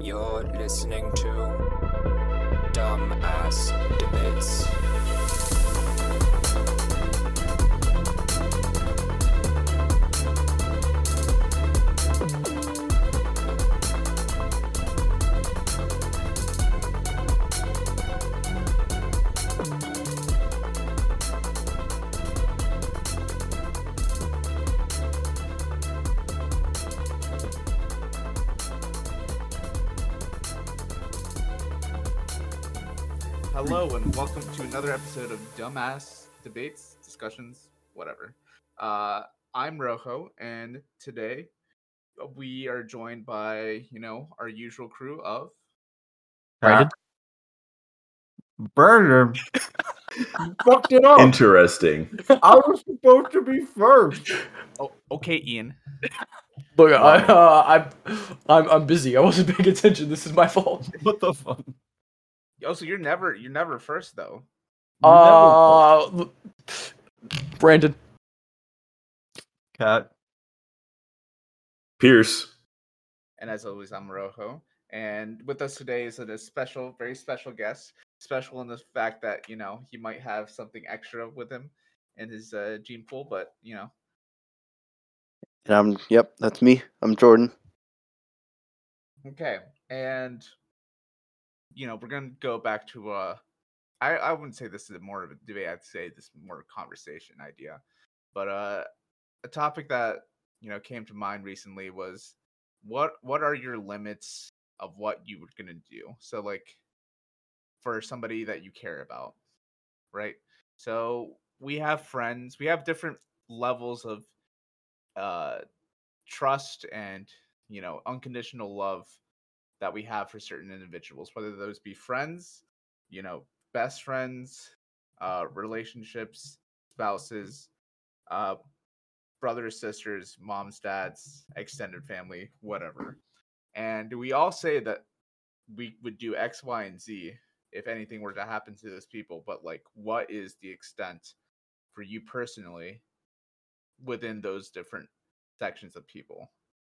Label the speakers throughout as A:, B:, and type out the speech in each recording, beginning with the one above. A: You're listening to Dumbass Debates.
B: Hello and welcome to another episode of Dumbass Debates, Discussions, whatever. Uh, I'm Rojo, and today we are joined by, you know, our usual crew of
C: Brandon?
D: Burger. fucked it
B: Oh.
D: up.
E: Interesting.
D: I was supposed to be first.
B: Oh, okay, Ian.
C: Look, I, uh, I'm, I'm, I'm busy. I wasn't paying attention. This is my fault.
D: What the fuck?
B: Oh, so you're never you're never first though.
C: Uh, l- Brandon,
D: Cat.
E: Pierce.
B: And as always, I'm Rojo. And with us today is a special, very special guest. Special in the fact that, you know, he might have something extra with him in his uh, gene pool, but you know,
F: And I'm yep, that's me. I'm Jordan.
B: Okay, and you know we're gonna go back to uh, I I wouldn't say this is more of a debate. I'd say this is more a conversation idea, but uh, a topic that you know came to mind recently was what what are your limits of what you were gonna do? So like for somebody that you care about, right? So we have friends. We have different levels of uh trust and you know unconditional love that we have for certain individuals whether those be friends you know best friends uh relationships spouses uh brothers sisters moms dads extended family whatever and we all say that we would do x y and z if anything were to happen to those people but like what is the extent for you personally within those different sections of people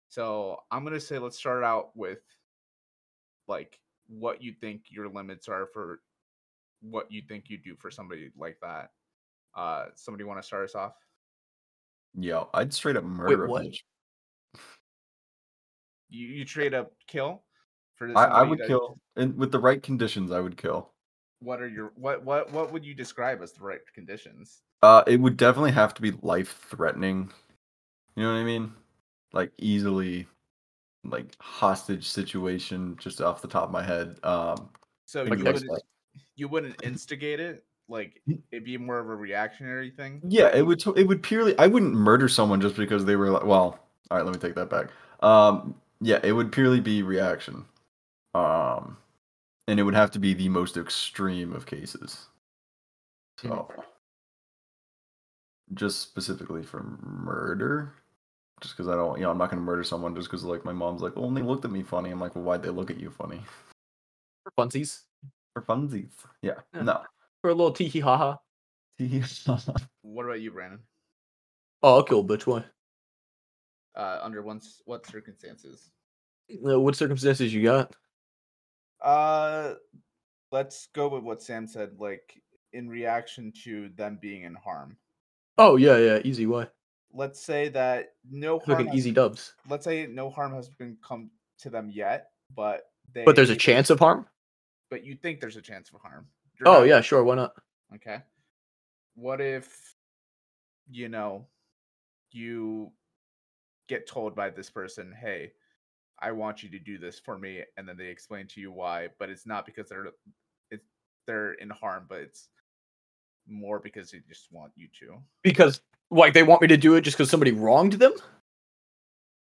B: so I'm gonna say let's start out with like what you think your limits are for what you think you do for somebody like that. Uh somebody wanna start us off?
D: Yo, I'd straight up murder a
C: what?
D: bitch.
B: You you trade up kill for
D: I, I
B: somebody
D: would
B: that-
D: kill, and with the right conditions, I would kill.
B: what are your what what what would you describe as the right conditions?
D: Uh, it would definitely have to be life threatening. You know what I mean? Like easily, like hostage situation. Just off the top of my head, um,
B: So
D: Like Hmm.
B: you
D: next
B: wouldn't you wouldn't instigate it? Like it'd be more of a reactionary thing?
D: Yeah, it would. It would purely. I wouldn't murder someone just because they were like. Well, all right. Let me take that back. Um, yeah, it would purely be reaction. Um, and it would have to be the most extreme of cases. So, just specifically for murder, just because I don't, you know, I'm not gonna murder someone just because like my mom's like, "Only looked at me funny." I'm like, "Well, why'd they look at you funny?"
C: for funsies,
D: For funsies. Yeah.
C: Yeah.
D: No.
C: for a little tee hee ha ha.
B: What about you, Brandon?
C: Oh, I'll kill a bitch. Why?
B: Uh under one s- what circumstances?
C: Uh, what circumstances you got?
B: Uh, let's go with what Sam said, like in reaction to them being in harm.
C: Oh yeah, yeah, easy. Why?
B: Let's say that no harm.
C: Fucking
B: has-
C: easy dubs.
B: Let's say no harm has been come to them yet, but they.
C: But there's a chance of harm.
B: But you think there's a chance of harm. You're
C: Oh
B: not-
C: yeah, sure. Why not?
B: Okay. What if, you know, you get told by this person, hey, I want you to do this for me, and then they explain to you why, but it's not because they're it's they're in harm, but it's more because they just want you to.
C: Because like they want me to do it just because somebody wronged them.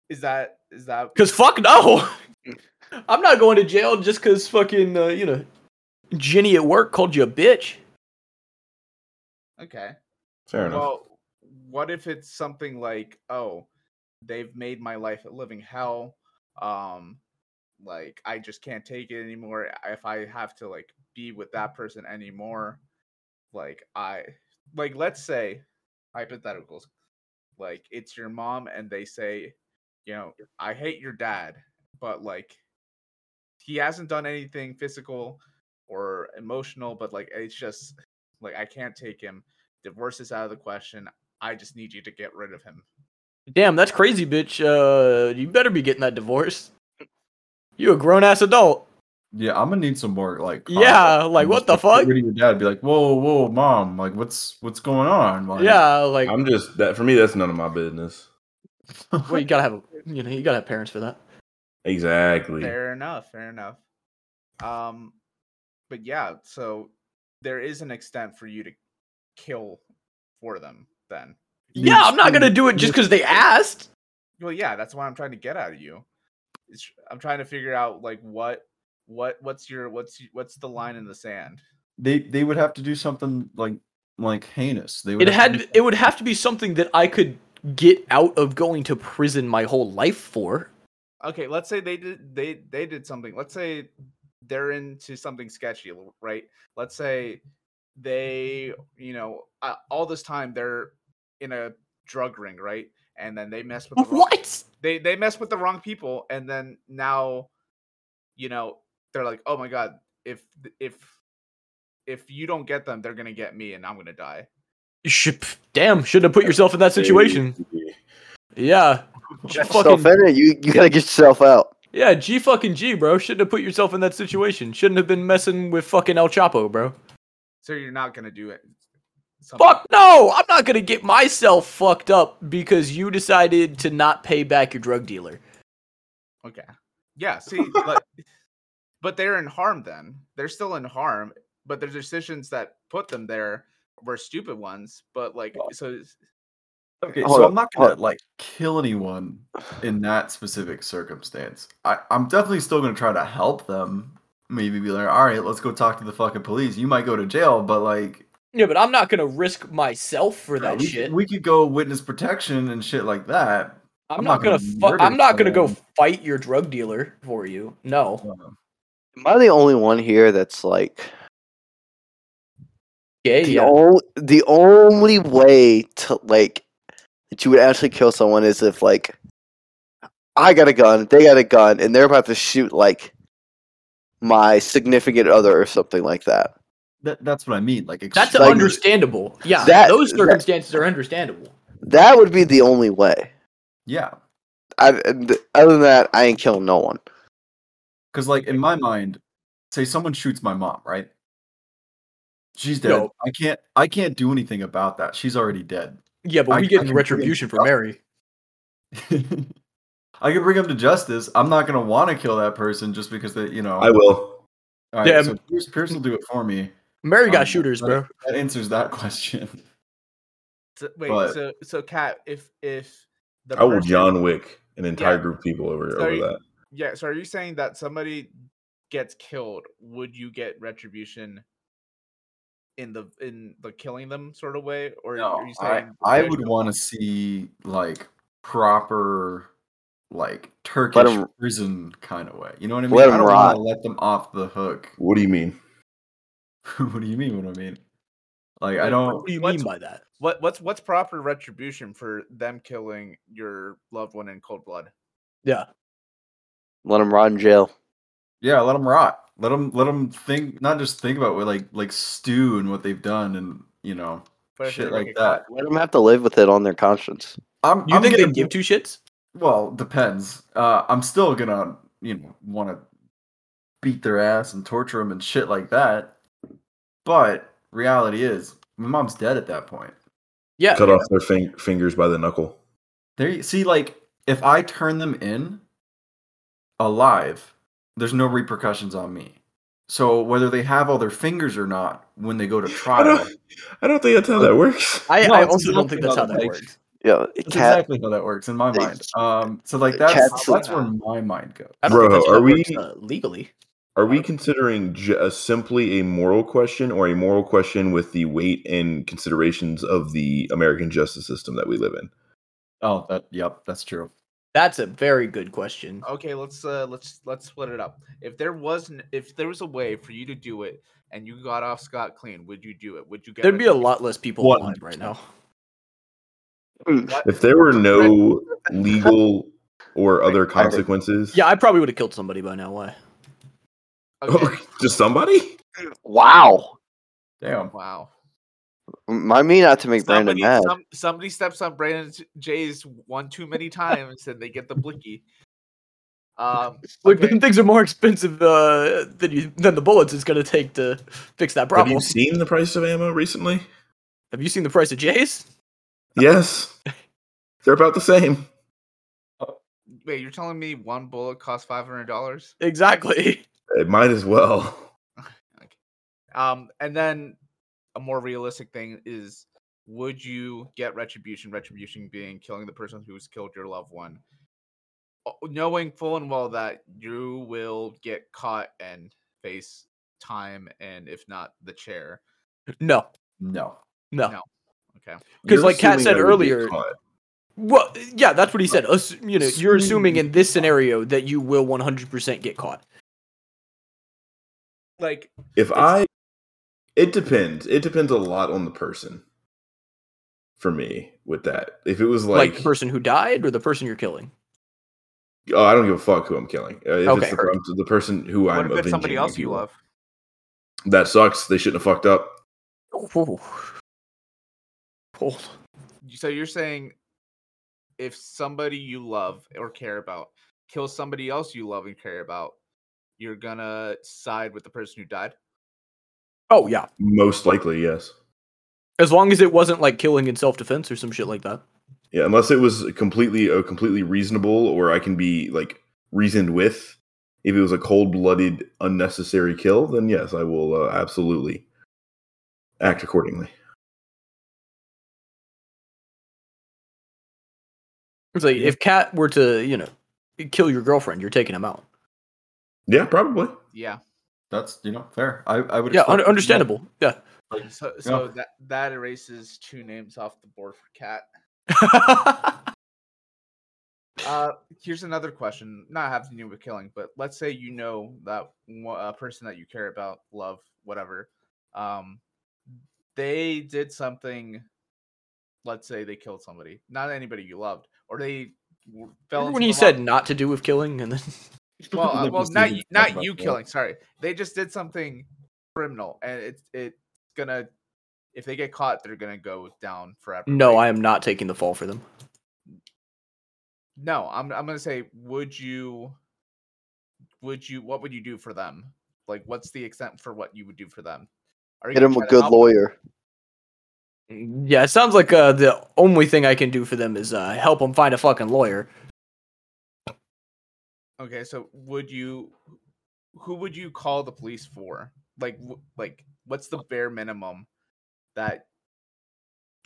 B: Is that is that
C: Because fuck no. I'm not going to jail just because fucking uh, you know, Jenny at work called you a bitch.
B: okay?
E: Fair enough.
B: Well, what if it's something like, oh, they've made my life a living hell. Um, like I just can't take it anymore. If I have to like be with that person anymore, like I, like let's say hypotheticals, like it's your mom and they say, you know, I hate your dad, but like he hasn't done anything physical or emotional, but like it's just like I can't take him. Divorce is out of the question. I just need you to get rid of him.
C: Damn, that's crazy, bitch. Uh, you better be getting that divorce. You a grown ass adult.
D: Yeah, I'm gonna need some more like.
C: Yeah,
D: context.
C: like,
D: I'm just
C: what the
D: gonna get
C: fuck?
D: rid of your dad, be like, whoa, whoa, mom, like what's what's going on? Like,
C: Yeah,
B: Oh.
C: like
E: I'm just that for me. That's none of my business.
C: well, you gotta have you know you gotta have parents for that.
E: Exactly.
B: Fair enough. Fair enough. Um, but yeah, so there is an extent for you to kill for them. Then,
C: Yeah, I'm not gonna do it just because they asked.
B: well, yeah, that's what I'm trying to get out of you. It's, I'm trying to figure out like what, what, what's your, what's, y- what's the line in the sand?
D: They they would have to do something like like heinous. They would
C: It
D: have to
C: had it would have to be something that I could get out of going to prison my whole life for.
B: okay let's say they did they they did something let's say they're into something sketchy l- right let's say they you know uh, all this time they're in a drug ring right and then they mess with the wrong,
C: What?
B: they they mess with the wrong people and then now you know they're like oh my god if th- if if you don't get them they're gonna get me and i'm gonna die
C: Sh- pff, Damn, shouldn't have put yourself in that situation. Yeah,
F: Get yourself in it. You you gotta get yourself out.
C: yeah, G fucking G, bro. Shouldn't have put yourself in that situation. Shouldn't have been messing with fucking El Chapo, bro.
B: so you're not gonna do it something-
C: Fuck no! I'm not gonna get myself fucked up because you decided to not pay back your drug dealer.
B: Okay. Yeah, see, but but they're in harm then. They're still in harm, but their decisions that put them there were stupid ones. But like
D: Well,
B: so it's-
D: Okay,
F: Hold
D: so
F: up,
D: I'm not
F: hold
D: gonna
F: up.
D: like kill anyone in that specific circumstance. I, I'm definitely still gonna try to help them. Maybe be like, all right, let's go talk to the fucking police. You might go to jail, but like
C: Yeah, but I'm not gonna risk myself for that
D: we,
C: shit.
D: we could go witness protection and shit like that.
C: I'm,
D: I'm
C: not
D: not gonna
C: gonna. fu-
D: murder
C: I'm not gonna go
D: someone.
C: fight your drug dealer for you. No,
D: Um,
F: Am I the only one here that's like
C: yeah,
F: the
C: yeah.
F: only the only way to like that you would actually kill someone is if like I got a gun, they got a gun, and they're about to shoot like my significant other or something like that.
D: that, that's what I mean. Like
C: That's
D: extreme-
F: Like-
C: understandable. Yeah,
F: That-
C: those
F: that-
C: circumstances are understandable.
F: That would be the only way.
D: yeah.
F: I, th- other than that, I ain't killing no one.
D: Because, like, in my mind, say someone shoots my mom, right? She's dead.
C: Yo.
D: I can't. I can't do anything about that. She's already dead.
C: Yeah, but
D: I-
C: we
D: I
C: get
D: can
C: retribution for
D: bring-
C: Mary.
D: I can bring them to justice. I'm not gonna want to kill that person just because they, you know.
E: I will.
D: All right,
C: Yeah,
D: so Pierce, Pierce will do it for me.
C: Mary got
D: Um,
C: shooters,
D: that-
C: bro.
D: That answers that question.
B: so- wait,
D: But-
B: so so Kat, if if the
E: I will
B: person-
E: John Wick an entire
B: Yeah.
E: group of people over,
B: So
E: over
B: you-
E: that.
B: Yeah, so are you saying that somebody gets killed, would you get retribution in the in the killing them sort of way? Or are
D: No,
B: you
D: I,
B: saying
D: I
B: they're
D: would
B: just-
D: want to see like proper, like Turkish
F: 'em-
D: prison kind of way. You know what I mean?
F: let
D: I
F: 'em
D: don't want
F: rot.
D: to let them off the hook.
E: What do you mean?
D: what do you mean? What I mean? Like I
B: Like,
D: don't.
C: What do you
B: what's-
C: mean by that?
B: what what's what's proper retribution for them killing your loved one in cold blood?
C: Yeah,
F: Let them rot in jail.
D: Yeah, let them rot. Let them let them think. Not just think about what like like stew and what they've done and you know
B: But if
D: shit
B: they
D: like
B: make a
D: that.
F: Let them have to live with it on their conscience.
D: I'm.
C: you
D: I'm
C: think they
D: gonna,
C: give two shits?
D: Well, depends. Uh, I'm still gonna you know want to beat their ass and torture them and shit like that. But reality is, my mom's dead at that point.
B: Uh,
C: Yeah,
E: Cut off their fing- fingers by the knuckle.
D: There you see, like if I turn them in alive, there's no repercussions on me. So whether they have all their fingers or not, when they go to
E: I
D: trial,
E: don't, I don't think that's how that works.
C: I,
D: No,
C: I
D: it's
C: also don't
D: exactly
C: think that's
D: how
C: how
D: that
C: that
D: works.
C: works.
F: Yeah,
D: that's
F: cat.
D: exactly how that works in my
F: They-
D: mind. Um, so like
F: they
D: that's
F: cats-
D: that's where my mind goes.
C: I don't
E: Bro,
C: think that's how
E: are
C: that
E: we-
C: works, uh, legally?
E: Are we considering j- uh, simply a moral question or a moral question with the weight and considerations of the American justice system that we live in?
D: Oh, that yep, that's true.
C: That's a very good question.
B: Okay, let's uh let's let's split it up. If there wasn't if there was a way for you to do it and you got off scot clean, would you do it? Would you get
C: There'd be a
B: retribution?
C: lot less people
E: What?
C: alive right now.
B: What-
E: If there were no legal or other consequences,
C: Yeah, I probably would have killed somebody by now. Why?
B: Okay.
E: to somebody?
F: Wow.
D: Damn.
B: Wow.
F: Mind me not to make Brandon
B: Somebody,
F: mad.
B: some, somebody steps on Brandon Jay's one too many times and they get the blicky. Um,
C: Look,
B: okay.
C: them things are more expensive uh, than you, than the bullets it's going to take to fix that problem.
E: Have you seen the price of ammo recently?
C: the price of Jays?
E: Yes. They're about the same.
B: Wait, you're telling me one bullet costs five hundred dollars?
C: Exactly.
E: It might as well.
B: Um, and then a more realistic thing is would you get retribution? Retribution being killing the person who's killed your loved one, o- knowing full and well that you will get caught and face time and if not the chair.
C: No,
D: No.
C: no.
B: No. Okay.
C: 'Cause
E: You're
C: like Kat
E: assuming
C: said
E: I would get
C: earlier-
E: caught.
C: Well, yeah, that's what he said. Us, you know, you're assuming
D: Assuming
C: in this scenario that you will 100% get caught.
B: Like
E: If I, it depends. It depends a lot on the person. For me, with that, if it was
C: Like,
E: like,
C: the person who died or the person you're killing.
E: oh, I don't give a fuck who I'm killing. Uh, if
C: Okay,
E: it's the,
C: heard.
E: per- the person who
B: what
E: I'm
B: if it's
E: avenging,
B: somebody
E: my
B: else you
E: people,
B: love?
E: that sucks. They shouldn't have fucked up.
C: Ooh. Cold.
B: You- So you're saying if somebody you love or care about kills somebody else you love and care about, you're gonna side with the person who died?
C: Oh yeah,
E: Most likely, yes.
C: as long as it wasn't like killing in self-defense or some shit like that.
E: Yeah, unless it was completely a completely reasonable, or I can be like reasoned with. If it was a cold blooded, unnecessary kill, then yes, I will uh, absolutely act accordingly.
C: It's like if Kat were to, you know, kill your girlfriend, you're taking him out.
E: Yeah, probably.
B: Yeah.
D: That's you know fair. I I would
C: Yeah,
D: expect
C: un-
D: that.
C: understandable. Yeah.
B: So, so that that erases two names off the board for Cat. Uh, here's another question, not having to do with killing, but let's say you know that one, a person that you care about, love, whatever, um, they did something. Let's say they killed somebody, not anybody you loved, or they w- fell.
C: Remember
B: into
C: when you
B: the
C: said
B: wrong-
C: not to do with killing, and then
B: well, uh,
D: Like
B: well,
D: we
B: not
D: didn't
B: you,
D: talk
B: not
D: about
B: you
D: that.
B: killing. Sorry, they just did something criminal, and it's it's gonna. If they get caught, they're gonna go down forever.
C: no,
B: right?
C: I am not taking the fall for them.
B: No, I'm I'm gonna say, would you would you what would you do for them? Like what's the extent for what you would do for them? Are you
F: Get
B: gonna
F: him
B: try
F: a
B: to
F: good
B: help?
F: lawyer.
C: Yeah, it sounds like uh, the only thing I can do for them is uh, help them find a fucking lawyer.
B: Okay, so would you who would you call the police for? Like wh- like what's the bare minimum that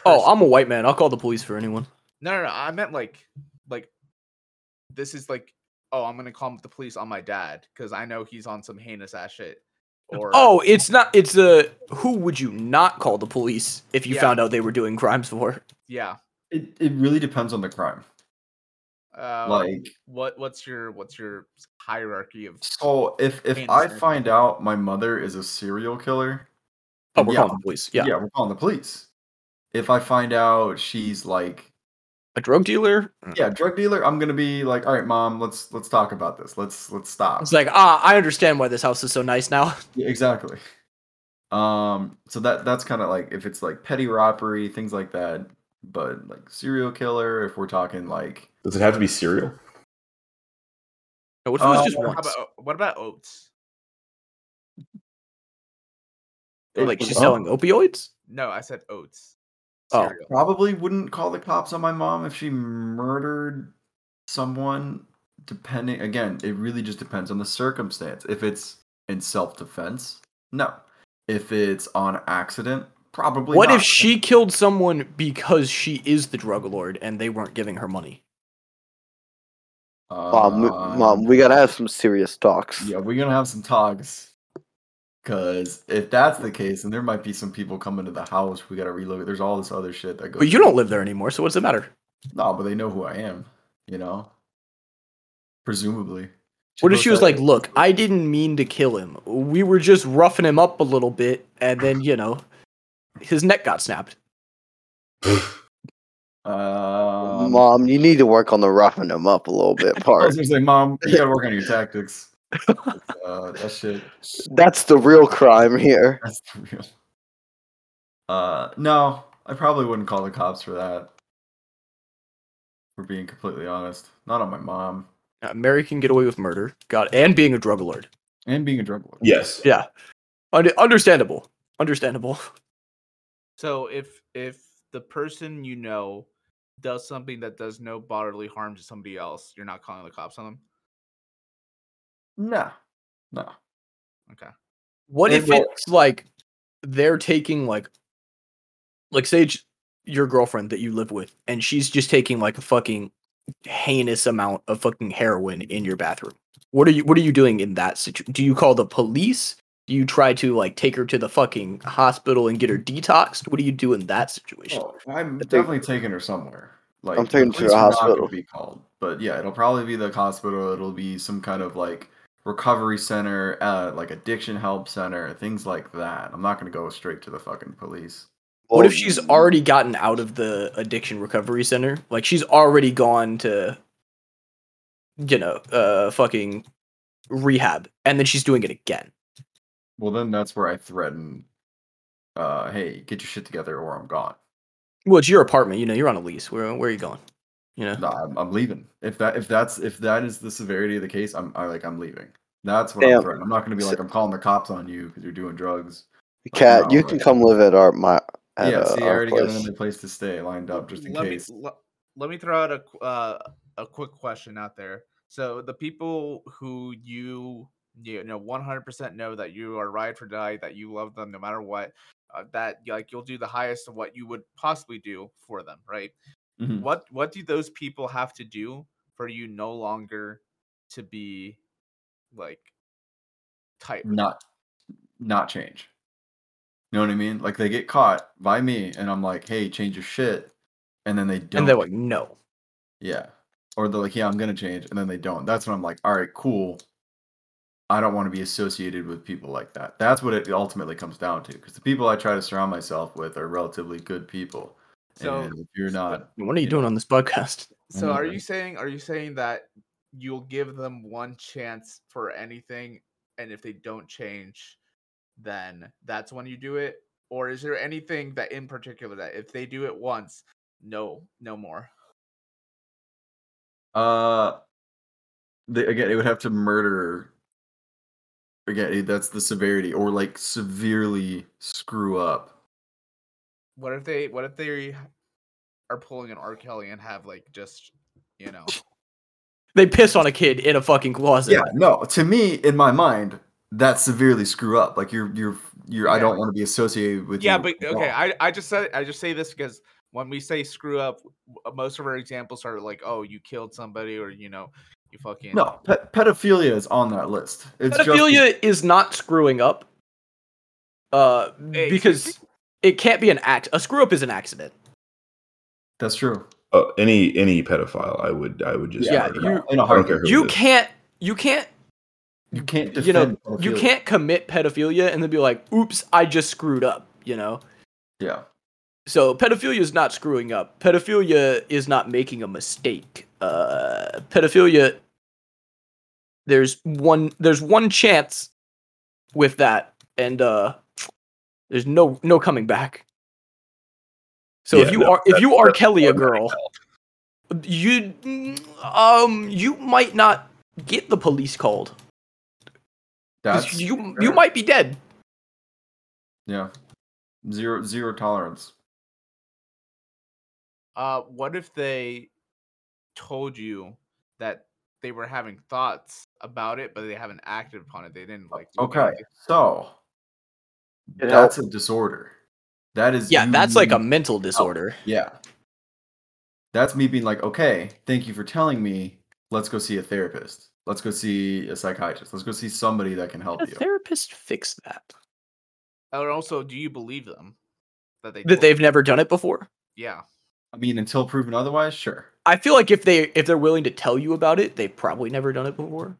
C: Oh,
B: person-
C: I'm a white man. I'll call the police for anyone.
B: no, no no I meant like like this is like oh I'm gonna call the police on my dad because I know he's on some heinous ass shit. Or
C: Oh, it's not. It's uh, who would you not call the police if you
B: Yeah.
C: found out they were doing crimes for?
B: yeah.
D: It it really depends on the crime.
B: Uh,
D: Like
B: what what's your what's your hierarchy of
D: so, if if
B: Heinous
D: I
B: crime.
D: find out my mother is a serial killer,
C: Oh, we're
D: Yeah.
C: calling the police. Yeah.
D: yeah, we're calling the police. If I find out she's like
C: a drug dealer.
D: yeah drug dealer, I'm gonna be like, all right, mom, let's let's talk about this. Let's let's stop.
C: It's like ah, I understand why this house is so nice now.
D: Yeah, exactly um so that that's kind of like if it's like petty robbery things like that but like serial killer if we're talking like
E: Does it have to be cereal?
C: No, What if it was
D: Uh,
C: just
B: How
C: once?
B: about, oh, what about oats?
C: like she's
E: Oh.
C: selling opioids?
B: No, I said oats.
C: Oh.
B: Cereal.
D: probably wouldn't call the cops on my mom if she murdered someone depending again it really just depends on the circumstance if it's in self-defense no if it's on accident probably
C: What
D: not.
C: if she killed someone because she is the drug lord and they weren't giving her money?
F: Mom, we- mom,
D: Um,
F: we gotta have some serious talks.
D: Yeah, we're gonna have some talks. Cause if that's the case, then there might be some people coming to the house. We gotta reload. There's all this other shit that goes.
C: But you don't live there anymore, so what's the matter?
D: No, but they know who I am. You know. Presumably.
C: What if
D: goes
C: she was
D: back-
C: like, "Look, I didn't mean to kill him. We were just roughing him up a little bit, and then you know, his neck got snapped."
D: Um, um,
F: Mom, you need to work on the roughing him up a little bit
D: I was
F: part.
D: gonna say, mom, you gotta work on your tactics. Uh, that shit.
F: That's the real crime here.
D: That's the real. Uh, no, I probably wouldn't call the cops for that. For being completely honest, not on my mom
C: Uh, Mary can get away with murder. God, and being a drug lord.
D: and being a drug lord.
E: Yes.
C: Yeah, Und- understandable. Understandable.
B: So if if the person you know does something that does no bodily harm to somebody else, you're not calling the cops on them.
D: No, no.
B: Okay.
C: What
D: And
C: if
D: what-
C: it's like they're taking like, like say j- your girlfriend that you live with, and she's just taking like a fucking heinous amount of fucking heroin in your bathroom. What are you What are you doing in that situation? Do you call the police? Do you try to like take her to the fucking hospital and get her detoxed? What do you do in that situation?
D: Well, Oh, I'm
F: think-
D: definitely taking her somewhere. Like
F: I'm taking her to
D: police
F: the
D: are not gonna
F: hospital.
D: Be called, but yeah, it'll probably be the hospital. It'll be some kind of like recovery center, uh, like addiction help center, things like that. I'm not gonna go straight to the fucking police.
C: What if
F: Well,
C: she's already gotten out of the addiction recovery center? Like she's already gone to, you know, uh, fucking rehab, and then she's doing it again.
D: Well, then that's where I threaten. Uh, hey, get your shit together, or I'm gone.
C: Well, it's your apartment. You know, you're on a lease. Where where are you going? You know,
D: No, I'm, I'm leaving. If that if that's if that is the severity of the case, I'm I like I'm leaving. That's what
F: Damn.
D: I'm threatening. I'm not gonna be like I'm calling the cops on you because you're doing drugs.
F: Cat, you
D: Oh,
F: can
D: right.
F: come live at our my. At
D: yeah,
F: uh,
D: see, I
F: our
D: already got
F: place.
D: another place to stay lined up just in
B: let
D: case.
B: Me, le- let me throw out a qu- uh, a quick question out there. So the people who you you know 100% know that you are ride for die, that you love them no matter what, uh, that like you'll do the highest of what you would possibly do for them, right?
D: Mhm.
B: What what do those people have to do for you no longer to be like tight? with them?
D: not not change. You know what I mean? Like they get caught by me and I'm like, hey, change your shit. And then they don't.
C: and they're like, no.
D: yeah. Or they're like, yeah, I'm gonna change, and then they don't. That's when I'm like, all right, cool. I don't want to be associated with people like that. That's what it ultimately comes down to. Because the people I try to surround myself with are relatively good people.
B: So
D: and if you're not
C: What are you
D: Yeah.
C: doing on this podcast?
B: So are
D: Mhm.
B: you saying are you saying that you'll give them one chance for anything and if they don't change then that's when you do it or is there anything that in particular that if they do it once no no more
D: uh they, again it would have to murder again it- that's the severity or like severely screw up
B: what if they what if they are pulling an R Kelly and have like just you know
C: They piss on a kid in a fucking closet.
D: Yeah, no. To me, in my mind, that's severely screw up. Like you're, you're, you're. I
B: Yeah.
D: don't want to be associated with.
B: yeah
D: you
B: but
D: at
B: okay
D: all.
B: I, I just said i just say this because when we say screw up w- most of our examples are like oh you killed somebody or you know you fucking
D: no, pe- pedophilia is on that list. It's just-
C: Pedophilia is not screwing up. Uh,
B: Hey,
C: because it can't be an act. A screw up is an accident.
D: that's true.
E: Uh, any any pedophile, I would I would just
C: Yeah,
E: murder.
C: you-
D: in a
E: I don't care
D: heartbeat.
E: who
C: You
E: it is.
C: can't. You can't
D: You can't.
C: you know,
D: defend
C: you
D: pedophilia.
C: can't commit pedophilia and then be like, "Oops, I just screwed up," you know.
D: Yeah,
C: So pedophilia is not screwing up. Pedophilia is not making a mistake. Uh, pedophilia, there's one, there's one chance with that, and uh, there's no no coming back. So if
E: Yeah,
C: you
E: no,
C: are if
E: that-
C: you are
E: that's
C: Kelly a
E: automatic
C: girl, you um you might not get the police called. 'cause
D: that's
C: you you
D: fair.
C: might be dead.
D: yeah. Zero zero tolerance.
B: Uh, what if they told you that they were having thoughts about it, but they haven't acted upon it? They didn't like. do
D: Okay,
B: anything.
D: so
F: Get
D: that's a disorder. That is
C: Yeah,
D: you
C: that's
E: Mm.
C: like a
D: needing-
E: Oh,
C: mental disorder.
D: yeah. That's me being like, okay, thank you for telling me. Let's go see a therapist. Let's go see a psychiatrist. Let's go see somebody that can
E: oh,
D: help
C: A
D: you.
C: therapist fix that.
B: And also, do you believe them that they
C: That
B: told-
C: they've never done it before.
B: Yeah.
D: I mean, until proven otherwise, sure.
C: I feel like if they if they're willing to tell you about it, they've probably never done it before.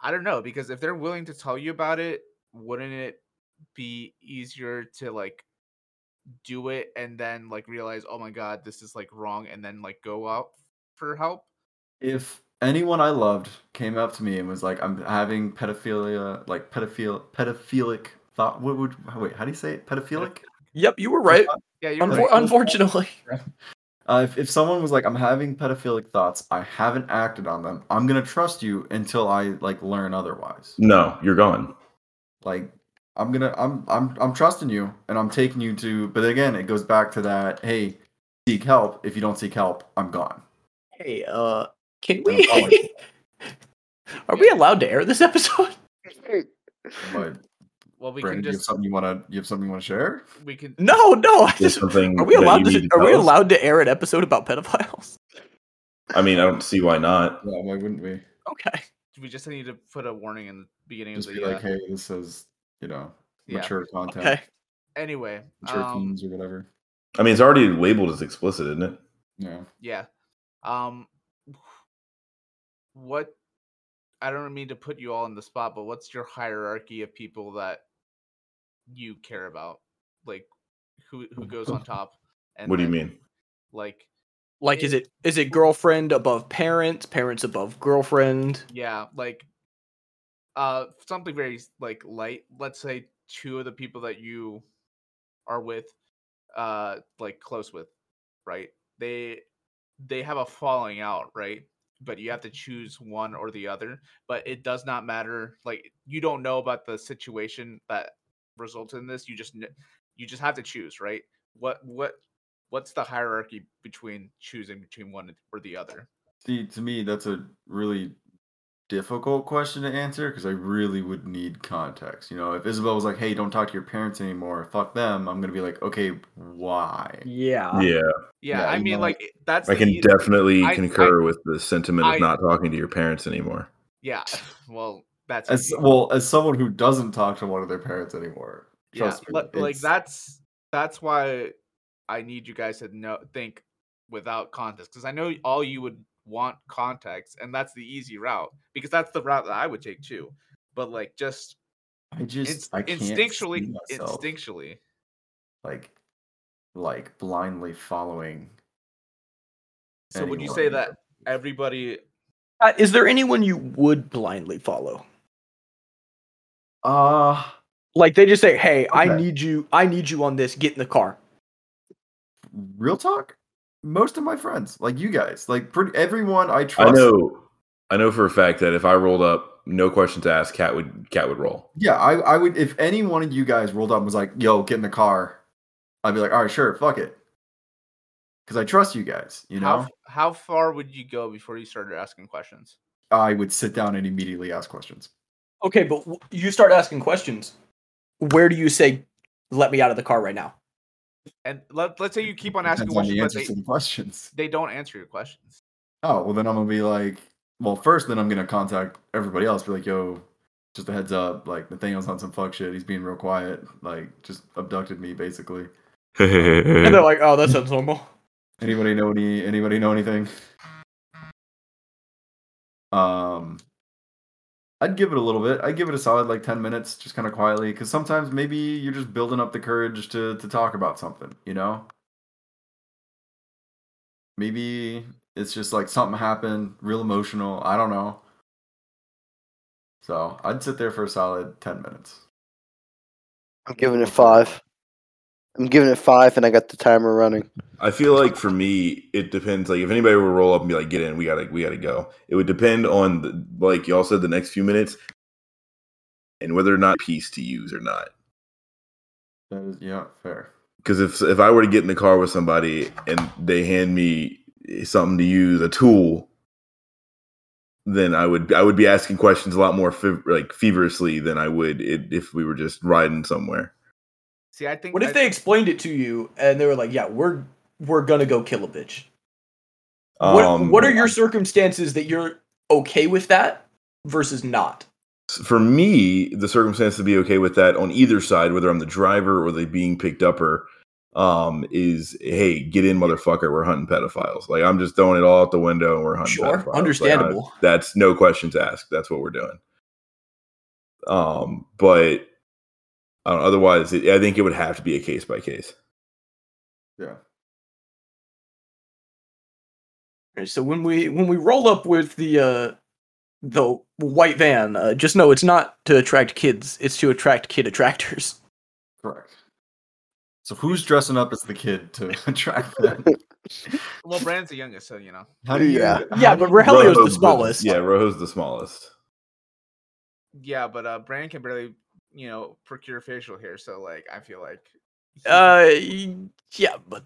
B: I don't know because if they're willing to tell you about it, wouldn't it be easier to like do it and then like realize, oh my god, this is like wrong, and then like go out for help?
D: If anyone I loved came up to me and was like, "I'm having pedophilia, like pedophile, pedophilic thought." What would wait? How do you say it? Pedophilic.
C: Yep, you were right.
B: Yeah, you're
D: Unfor-
B: right.
C: Unfor- unfortunately,
D: Uh, if, if someone was like, "I'm having pedophilic thoughts. I haven't acted on them. I'm gonna trust you until I like learn otherwise."
B: Mm.
E: No, you're gone.
D: like i'm gonna i'm i'm i'm trusting you and i'm taking you to but again it goes back to that hey seek help if you don't seek help i'm gone
C: hey, uh, can
D: I'm sorry.
C: we? Are we allowed to air this episode?
D: but
B: Well, we can
D: brandon do Mm. you have
B: just
D: something you want to you have something you want to share
B: we can.
C: No, no. I
E: There's
C: just,
E: something.
C: are we
E: that
C: allowed
E: you
C: to?
E: need
C: Are we
E: tell us?
C: allowed to air an episode about pedophiles?
E: I mean, I don't see why not.
D: yeah why wouldn't we
C: Okay.
B: We just need to put a warning in the beginning
D: just
B: of
D: be
B: the.
D: like
B: uh,
D: hey this is you know
B: yeah.
D: mature content
C: Okay.
B: Anyway,
D: mature
B: um,
D: themes or whatever
E: I mean, it's already labeled as explicit, isn't it?
D: yeah
B: yeah. Um, what? I don't mean to put you all in the spot, but what's your hierarchy of people that you care about? Like, who who goes on top? And
E: What do you
B: then,
E: mean?
B: Like,
C: Like, is it is it girlfriend above parents, parents above girlfriend?
B: Yeah, like uh something very s- like light. Let's say two of the people that you are with uh like close with, right? They they have a falling out, right? But you have to choose one or the other, but it does not matter. Like you don't know about the situation that resulted in this. You just kn- you just have to choose, right? What what what's the hierarchy between choosing between one or the other?
D: see to me that's a really difficult question to answer because i really would need context you know if isabel was like hey don't talk to your parents anymore fuck them i'm gonna be like okay why
C: Yeah.
E: yeah,
B: Yeah,
D: Yeah,
B: I
D: you
B: mean
D: know,
B: like that's
E: I
B: the
E: can
B: ea-
E: definitely
B: I- I-
E: concur with the sentiment of
B: I-
E: not talking to your parents anymore.
B: Yeah. Well, that's
D: as
B: easy.
D: well as someone who doesn't talk to one of their parents anymore.
B: yeah.
D: Trust
B: li-
D: me,
B: like
D: it's-
B: that's that's why I need you guys to know think without context because I know all you would want context, and that's the easy route because that's the route that I would take too. But like just,
D: I just
B: inst-
D: I can't see
B: instinctually,
D: myself,
B: instinctually,
D: like like blindly following.
B: So would you
D: anyone
B: say
D: either.
B: that everybody.
C: Uh, is there anyone you would blindly follow?
D: Uh
C: Like they just say, "Hey, I
D: Okay.
C: need you. I need you on this. Get in the car."
D: real talk. Most of my friends, like you guys, like pretty everyone I trust.
E: I know, I know for a fact that if I rolled up, no questions asked, cat would cat would roll.
D: Yeah, I, I would if any one of you guys rolled up and was like, "Yo, get in the car," I'd be like, "All right, sure, fuck it," because I trust you guys. You know,
B: How f- how far would you go before you started asking questions?
D: I would sit down and immediately ask questions.
C: Okay, but w- you start asking questions. Where do you say, "Let me out of the car right now"?
B: And let, let's say you keep on asking
D: Depends on
B: questions,
D: the
B: but
D: answers
B: they,
D: to the questions.
B: they don't answer your questions.
D: Oh well, then I'm gonna be like, well, first, then I'm gonna contact everybody else. Be like, yo, just a heads up, like Nathaniel's on some fuck shit. He's being real quiet. Like, just abducted me, basically.
C: And they're like, "Oh, that sounds normal."
D: Anybody know any? Anybody know anything? Um, I'd give it a little bit. I'd give it a solid like ten minutes, just kind of quietly, because sometimes maybe you're just building up the courage to to talk about something. You know, maybe it's just like something happened, real emotional. I don't know. So I'd sit there for a solid ten minutes.
F: I'm giving it five. I'm giving it five, and I got the timer running.
E: I feel like for me, it depends. Like if anybody would roll up and be like, "Get in, we gotta, we gotta go," it would depend on the, like y'all said the next few minutes and whether or not peace to use or not.
D: That is yeah, fair.
E: Because if if I were to get in the car with somebody and they hand me something to use, a tool, then I would I would be asking questions a lot more fev- like feverishly than I would if, if we were just riding somewhere.
B: See, I think
C: What if
B: I-
C: they explained it to you and they were like, "Yeah, we're we're gonna go kill a bitch." What
E: Um,
C: What are your circumstances that you're okay with that versus not?
E: for me, the circumstance to be okay with that on either side, whether I'm the driver or the being picked upper, um, is hey, get in, motherfucker, we're hunting pedophiles. Like I'm just throwing it all out the window and we're hunting.
C: Sure,
E: pedophiles. Like, I-
C: understandable.
E: that's no questions asked. That's what we're doing. Um, but I don't, otherwise, it, I think it would have to be a case by case.
D: Yeah.
C: Right, so when we when we roll up with the uh, the white van, uh, just know it's not to attract kids; it's to attract kid attractors.
D: Correct. So who's dressing up as the kid to attract them?
B: Well, Brand's the youngest, so you know.
D: How do you?
F: Yeah.
D: how
C: Yeah,
D: do
C: but
D: you-
C: Rogelio's the
E: Rojo's
C: smallest.
E: yeah, Rojo's the smallest.
B: Yeah, but uh, Brand can barely, you know, procure facial hair. So like, I feel like. he's the-
C: Uh, y- yeah, but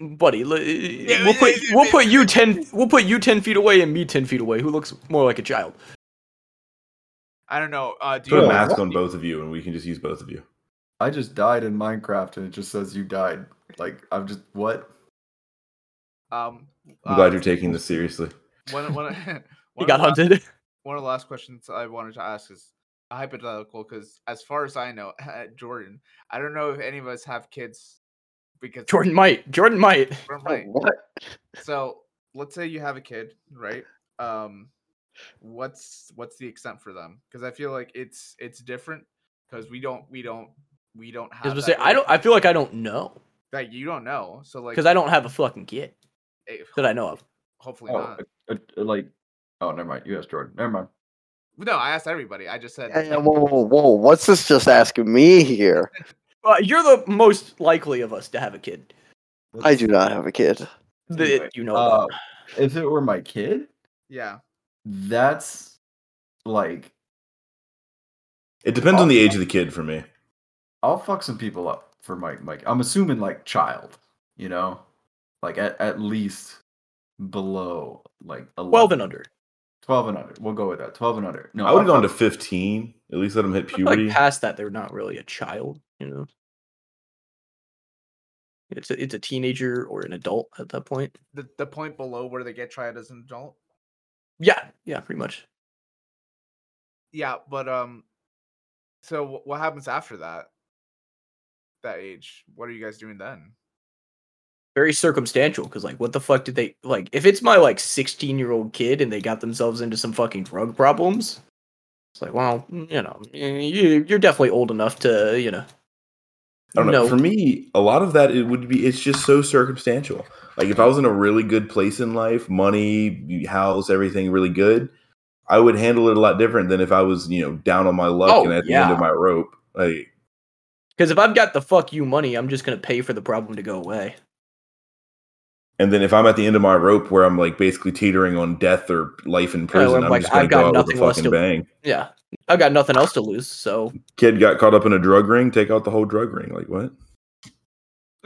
C: buddy, l- we'll put we'll put you ten we'll put you ten feet away and me ten feet away. Who looks more like a child?
B: I don't know. Uh, do
E: Put
B: you
E: a
D: Good.
E: mask on both of you, and we can just use both of you.
D: I just died in Minecraft, and it just says you died. Like I'm just what?
B: Um,
E: I'm
B: uh,
E: glad you're taking this seriously.
B: One, one, one
C: He
B: of
C: got
B: the last-
C: hunted.
B: one of the last questions I wanted to ask is a hypothetical because, as far as I know, Jordan, I don't know if any of us have kids because
C: Jordan might. Jordan might.
B: Jordan
F: Oh,
B: might.
F: what?
B: So let's say you have a kid, right? Um, what's what's the extent for them? Because I feel like it's it's different because we don't we don't we don't have.
C: I was gonna
B: that
C: say I don't. I
B: relationship
C: feel like I don't know
B: that you don't know. So like
C: because I don't have a fucking kid
B: eh,
C: that I know of.
B: Hopefully
D: Oh,
B: not.
D: uh, uh, like oh, never mind. You asked Jordan. Never mind.
B: No, I asked everybody. I just said
F: Yeah, yeah, whoa, whoa, whoa! What's this just asking me here?
C: Uh, you're the most likely of us to have a kid
F: I do not have a kid.
C: that
D: Anyway,
C: you know. about.
D: Uh, if it were my kid,
B: yeah.
D: that's like
E: It depends
B: Uh,
E: on the age of the kid for me.
D: I'll fuck some people up for Mike. Mike, I'm assuming like child, you know, like at, at least below like 11.
C: Twelve and under.
D: 12 and under. We'll go with that. 12 and under. No,
E: I would have
D: I'll
E: gone to
D: fuck-
E: 15. At least let him hit
C: I feel Like
E: puberty.
C: past that, they're not really a child. You know, it's a, it's a teenager or an adult at that point.
B: The, the point below where they get tried as an adult.
C: Yeah, yeah, pretty much.
B: Yeah, but um, so wh- what happens after that? That age, what are you guys doing then?
C: Very circumstantial because, like, what the fuck did they like? If it's my like sixteen year old kid and they got themselves into some fucking drug problems, it's like, well, you know, eh, you you're definitely old enough to, you know.
E: I don't know.
C: No.
E: For me, a lot of that it would be it's just so circumstantial. Like if I was in a really good place in life, money, house, everything really good, I would handle it a lot different than if I was, you know, down on my luck
C: Oh,
E: and at the end of
C: yeah.
E: my rope. Like
C: Because if I've got the fuck you money, I'm just gonna pay for the problem to go away.
E: and then if I'm at the end of my rope where I'm like basically teetering on death or life in prison,
C: Oh, I'm
E: I'm
C: like,
E: just gonna
C: I've got
E: go out with
C: nothing
E: a
C: left
E: fucking
C: to-
E: bang.
C: Yeah, I've got nothing else to lose, so
E: Kid got caught up in a drug ring, take out the whole drug ring. Like what?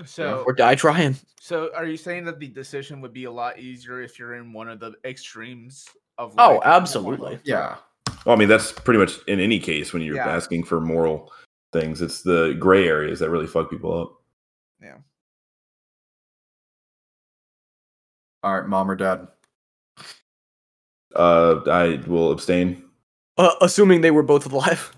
B: So,
C: or die trying.
B: so are you saying that the decision would be a lot easier if you're in one of the extremes of?
C: Oh,
B: life?
C: absolutely.
D: Yeah.
E: Well, I mean, that's pretty much in any case when you're
B: Yeah.
E: asking for moral things. It's the gray areas that really fuck people up.
D: All right, mom or dad.
E: Uh, I will abstain.
C: Uh, assuming they were both alive.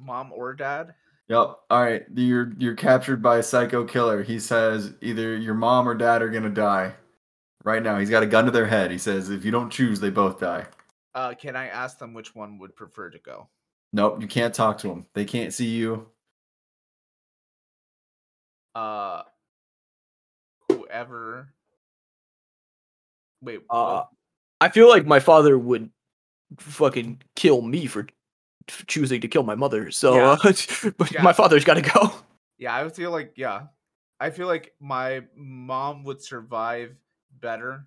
B: Mom or dad?
D: Yep. All right. You're you're captured by a psycho killer. He says either your mom or dad are gonna die. Right now, he's got a gun to their head. He says if you don't choose, they both die.
B: Uh, can I ask them which one would prefer to go?
D: Nope, you can't talk to them. They can't see you.
B: Uh, whoever. Wait.
C: Uh,
B: what?
C: I feel like my father would fucking kill me for f- choosing to kill my mother. So,
B: Yeah.
C: uh, but
B: Yeah.
C: my father's got to go.
B: Yeah, I would feel like yeah, I feel like my mom would survive better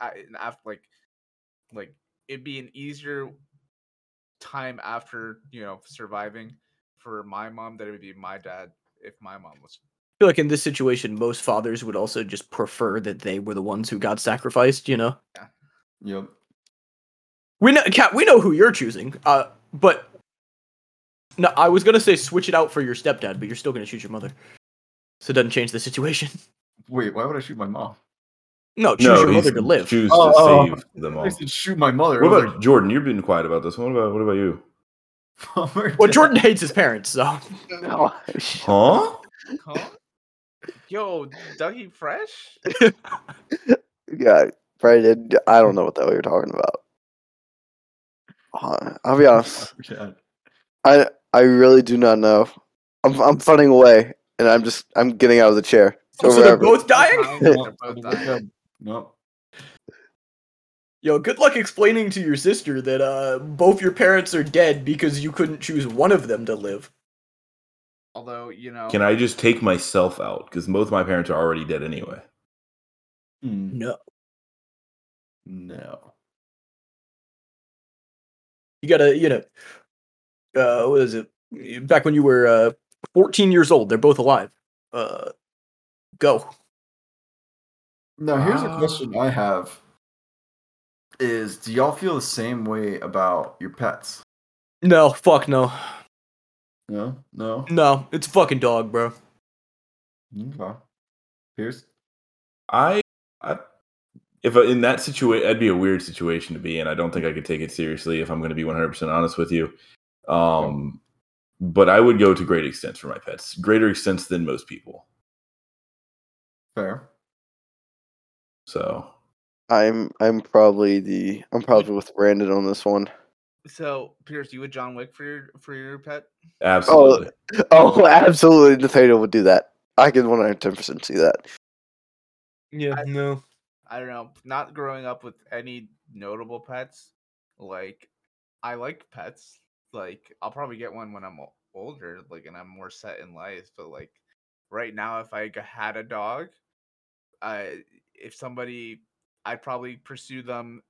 B: a- and after like like it'd be an easier time after you know surviving for my mom than it would be my dad if my mom was
C: I feel like in this situation, most fathers would also just prefer that they were the ones who got sacrificed. You know,
D: Yep.
C: we know, Cat, we know who you're choosing. Uh, but no, I was gonna say switch it out for your stepdad, but you're still gonna choose your mother, so it doesn't change the situation.
D: Wait, why would I shoot my mom?
C: No, choose your mother to live.
E: choose
D: Oh,
E: to
D: oh.
E: save them all.
D: I said shoot my mother.
E: What
D: I was
E: about Jordan? You've been quiet about this. What about what about you?
D: like, "Mom or
C: Well,
D: dad?"
C: Jordan hates his parents, so
F: No.
E: Huh?
B: huh? yo dougie fresh
F: yeah, Brandon, I don't know what the hell you're talking about. Uh, I'll be honest.
D: Dad.
F: I I really do not know. I'm I'm running away, and I'm just I'm getting out of the chair.
C: so
F: Or
C: they're
F: whatever.
C: both
B: They're
C: dying.
B: fine, they're both
D: Mom or
B: dying.
D: dad. Nope.
C: Yo, good luck explaining to your sister that uh both your parents are dead because you couldn't choose one of them to live.
B: Although you know,
E: Can I just take myself out? Because both my parents are already dead anyway.
D: Hmm.
C: No.
D: No.
C: You gotta, you know, uh what is it? Back when you were uh 14 years old, they're both alive. Uh go.
D: Now here's
B: Ah.
D: a question I have: Is do y'all feel the same way about your pets?
C: No, fuck no.
D: No, no.
C: No, it's a fucking dog, bro.
D: Okay. Pierce.
E: I, I if I, in that situation, that'd be a weird situation to be in. I don't think I could take it seriously if I'm going to be 100 percent honest with you. Um, but I would go to great extents for my pets, greater extents than most people.
D: Fair.
E: So
F: Oh, I'm I'm probably the I'm probably with Brandon on this one.
B: so Pierce, you would John Wick for your for your pet?
E: absolutely,
F: Oh, absolutely, Nathaniel would do that. I can 110 percent see that.
C: Yeah,
B: I-
C: no.
B: I don't know. Not growing up with any notable pets. Like, I like pets. Like, I'll probably get one when I'm o- older. Like, and I'm more set in life. But like, right now, if I g- had a dog, uh, if somebody, I'd probably pursue them.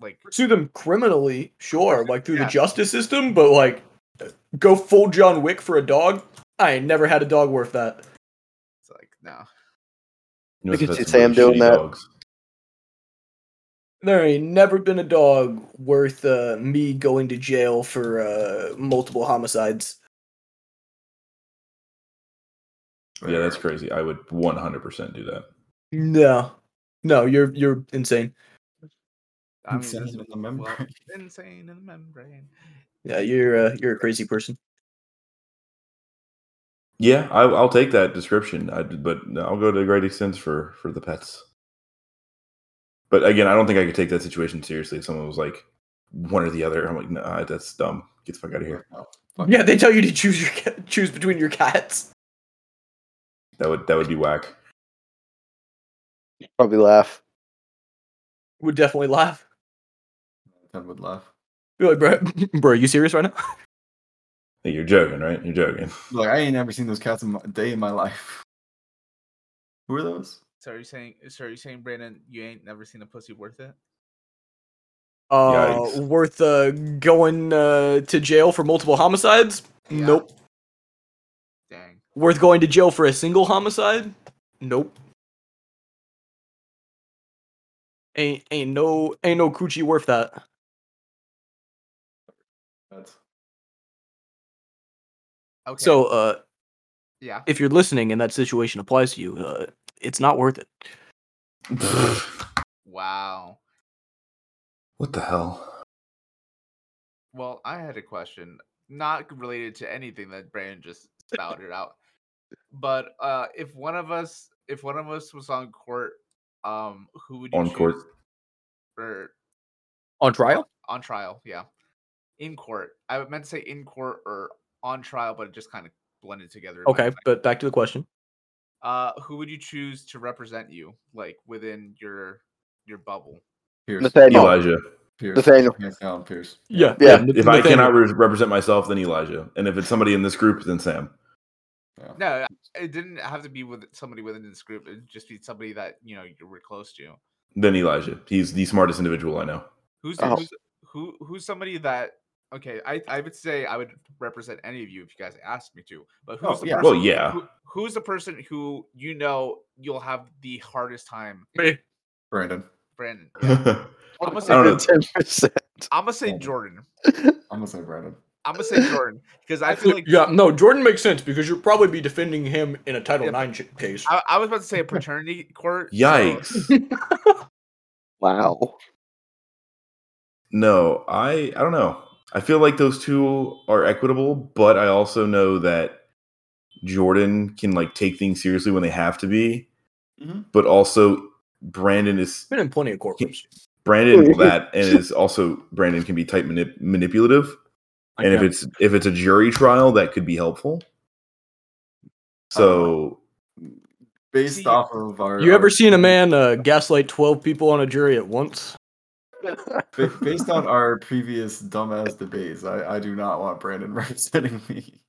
B: Like,
C: Pursue them criminally, sure, like through
B: Yeah.
C: the justice system, but like go full John Wick for a dog. I ain't never had a dog worth that.
B: it's like no.
E: You
F: I
E: must
F: could
E: have had
F: see
E: some
F: Sam
E: really
F: doing
E: shitty
F: that.
E: dogs.
C: There ain't never been a dog worth uh, me going to jail for uh, multiple homicides.
E: Yeah, that's crazy. I would 100 percent do that.
C: No, no, you're you're insane.
B: I mean,
D: Insane
B: this
D: in
B: is-
D: the
B: well,
D: membrane.
B: insane in the membrane.
C: Yeah, you're uh, you're a crazy person.
E: Yeah, I, I'll take that description. I, but I'll go to great extents for for the pets. But again, I don't think I could take that situation seriously. If someone was like one or the other, I'm like, nah, that's dumb. Get the fuck out of here.
D: No, fuck
C: Yeah,
D: it.
C: they tell you to choose your ca- choose between your cats.
E: That would that would be whack.
F: Probably laugh.
C: Would definitely laugh.
D: Ted would laugh.
C: Be like, bro, bro, are you serious right now?
E: Like, You're joking, right? You're joking.
D: Like I ain't never seen those cats in my, a day in my life. Who are those?
B: So are you saying? So are you saying, Brandon, you ain't never seen a pussy worth it?
C: Uh,
E: Yikes.
C: worth uh, going uh, to jail for multiple homicides?
B: Yeah.
C: Nope.
B: Dang.
C: Worth going to jail for a single homicide? Nope. Ain't ain't no ain't no coochie worth that.
D: That's
B: Okay.
C: So uh
B: yeah.
C: if you're listening and that situation applies to you, uh it's not worth it.
B: Wow.
E: what the hell?
B: Well, I had a question, not related to anything that Brandon just spouted out, but uh, if one of us, if one of us was on court, um, who would you
E: On court.
B: choose? or
C: On trial?
B: on trial? Yeah, in court. I meant to say in court or on trial, but it just kind of blended together. in my
C: Okay,
B: mind.
C: but back to the question.
B: Uh, who would you choose to represent you, like within your your bubble?
D: Pierce. Oh,
F: Nathaniel.
E: Elijah.
D: Pierce.
F: Nathaniel.
D: Hands down, Pierce.
C: Yeah.
F: Yeah.
C: Nath-
E: If I
C: Nathaniel.
E: cannot re- represent myself, then Elijah. And if it's somebody in this group, then Sam.
D: Yeah.
B: No, it didn't have to be with somebody within this group. It'd just be somebody that you know you were close to.
E: Then Elijah. He's the smartest individual I know.
B: Who's,
F: Oh.
B: who's who who's somebody that okay, I, I would say I would represent any of you if you guys asked me to. But
D: Oh,
B: who's the
D: yeah.
B: person
E: Well, yeah.
B: who, who's the person who you know you'll have the hardest time
C: Me.
D: Brandon.
B: Brandon. Yeah.
E: I
B: I'm gonna say
E: don't know.
F: 110%.
B: I'm gonna say
D: Yeah.
B: Jordan.
D: I'm gonna say Brandon.
B: I'm gonna say Jordan because I feel like
C: yeah, no, Jordan makes sense because you'll probably be defending him in a Title
B: Yeah, but-
C: IX ch- case.
B: I, I was about to say a paternity court. so-
E: Yikes.
F: Wow.
E: No, I I don't know. I feel like those two are equitable, but I also know that Jordan can like take things seriously when they have to be,
D: Mhm.
E: but also Brandon is
C: Been in plenty of courtrooms.
E: Brandon will that and is also Brandon can be type manip- manipulative. And if it's if it's a jury trial, that could be helpful. So
D: based
B: See,
D: off of our.
C: You
D: our-
C: ever seen a man uh, gaslight twelve people on a jury at once?
D: ba- based on our previous dumbass debates? I, I do not want Brandon representing me.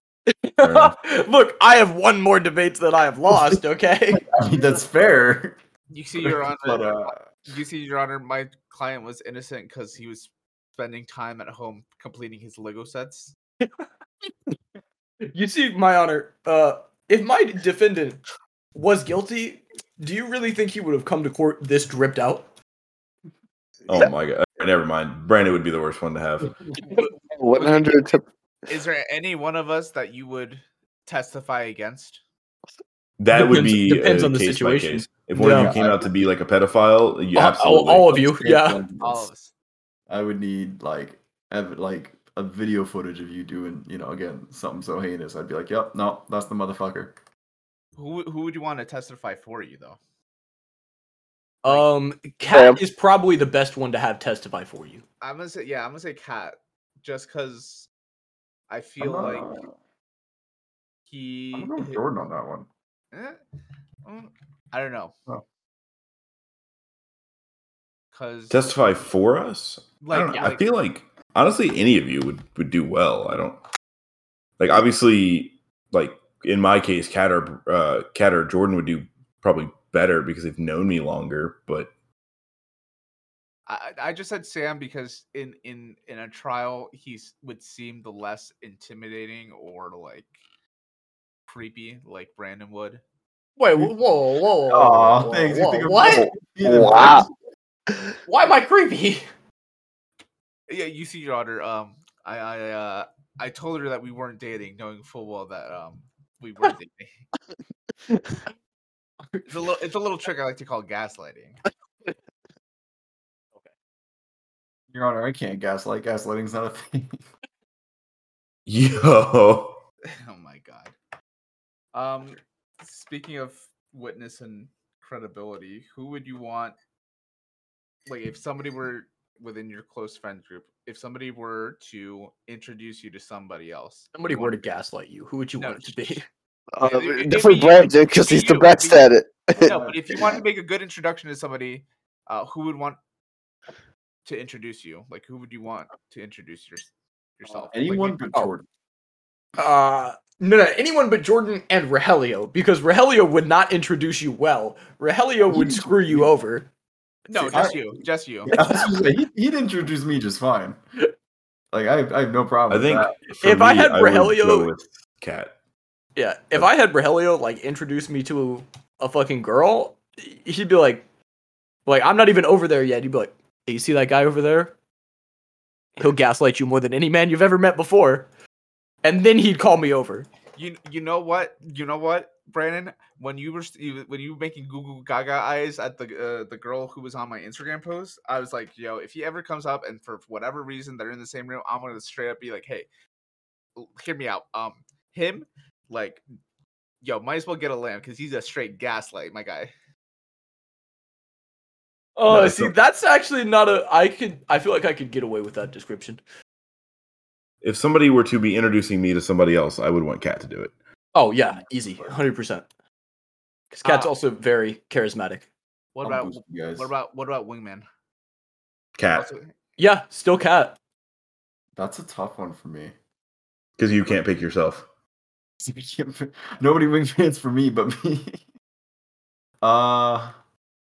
E: Fair enough.
C: Look, I have won more debates than I have lost. Okay.
D: I mean, that's fair.
B: You see, Your Honor,
D: But, uh,
B: you see, Your Honor, my client was innocent because he was spending time at home completing his Lego sets.
C: You see, my honor, uh, if my defendant was guilty, do you really think he would have come to court this dripped out?
E: Oh my god. Never mind. Brandon would be the worst one to have.
F: One hundred.
B: Is there any one of us that you would testify against?
E: That would
C: Depends-
E: be
C: depends
E: uh,
C: on the
E: case by
C: situation.
E: Case. If one of
C: Yeah.
E: you came out to be like a pedophile, you
C: All- all,
E: absolutely.
C: all of you, yeah.
B: All of us.
D: I would need like ev- like a video footage of you doing, you know, again, something so heinous. I'd be like, yep, no, that's the motherfucker.
B: Who who would you want to testify for you though?
C: Um, Cat
F: Sam.
C: is probably the best one to have testify for you.
B: I'm gonna say yeah. I'm gonna say Cat, just because I feel
D: I'm,
B: like
D: uh,
B: he.
D: I'm going
B: hi-
D: with Jordan on that one.
B: eh, mm, I don't know.
D: Oh.
B: Cause
E: Testify for us? I,
B: like,
E: don't know.
B: like
E: I feel like honestly, any of you would would do well. I don't like obviously like in my case, Cat or uh, Cat or Jordan would do probably better because they've known me longer. But
B: I, I just said Sam because in in in a trial he s- would seem the less intimidating or like creepy like Brandon would.
C: Wait, whoa, whoa, whoa,
D: Aw, thanks, you think I'm
C: what?
F: Wow.
C: Why am I creepy?
B: Yeah, you see, your daughter. Um, I I uh, I told her that we weren't dating, knowing full well that um we were dating. it's a little it's a little trick I like to call gaslighting.
D: Your Honor, I can't gaslight. Gaslighting's not a thing.
E: yo,
B: oh my god. Um, speaking of witness and credibility, who would you want? Like, if somebody were within your close friend group, if somebody were to introduce you to somebody else,
C: Somebody
B: who
C: were
B: would-
C: to gaslight you. Who would you
B: No,
C: want it to be?
F: Uh,
B: it'd be
F: definitely
B: you,
F: Brad dude
B: it'd
F: because
B: be
F: he's the
B: you, it'd
F: best
B: be
F: at it.
B: no, but if you want to make a good introduction to somebody, uh, who would want to introduce you? Like, who would you want to introduce your, yourself? Like,
D: Uh, Anyone
B: you-
D: but
C: oh.
D: Jordan.
C: Uh, no, no, anyone but Jordan and Rahelio, because Rahelio would not introduce you well. Rahelio would
D: You-
C: screw you
D: you-
C: over.
B: no,
D: See,
B: just
D: I-
B: you, just you.
D: I was gonna say, he, he'd introduce me just fine. Like I, I have no problem.
E: I think
D: with
E: for
C: If I
E: me,
C: had
E: would
C: Rahelio-
E: go with Cat.
C: Yeah, if I had Rahelio like introduce me to a fucking girl, he'd be like, like I'm not even over there yet. He'd be like, hey, you see that guy over there? He'll gaslight you more than any man you've ever met before, and then he'd call me over.
B: You you know what? You know what, Brandon? When you were s- you, when you were making Goo Goo Gaga eyes at the uh, the girl who was on my Instagram post, I was like, yo, if he ever comes up and for whatever reason they're in the same room, I'm gonna straight up be like, hey, l- hear me out. Um, him, like, yo, might as well get a lamb because he's a straight gaslight, my guy.
C: Oh,
E: No,
C: see,
E: so-
C: that's actually not a. I could. I feel like I could get away with that description.
E: If somebody were to be introducing me to somebody else, I would want Cat to do it.
C: Oh yeah, easy, hundred percent. Because Cat's
B: Ah.
C: also very charismatic.
B: What
D: I'm
B: about
D: boosting you guys.
B: what about what about Wingman?
E: Cat,
B: Also-
C: Yeah, still Cat.
D: That's a tough one for me.
E: because you can't pick yourself.
D: Nobody wings fans for me but me. Uh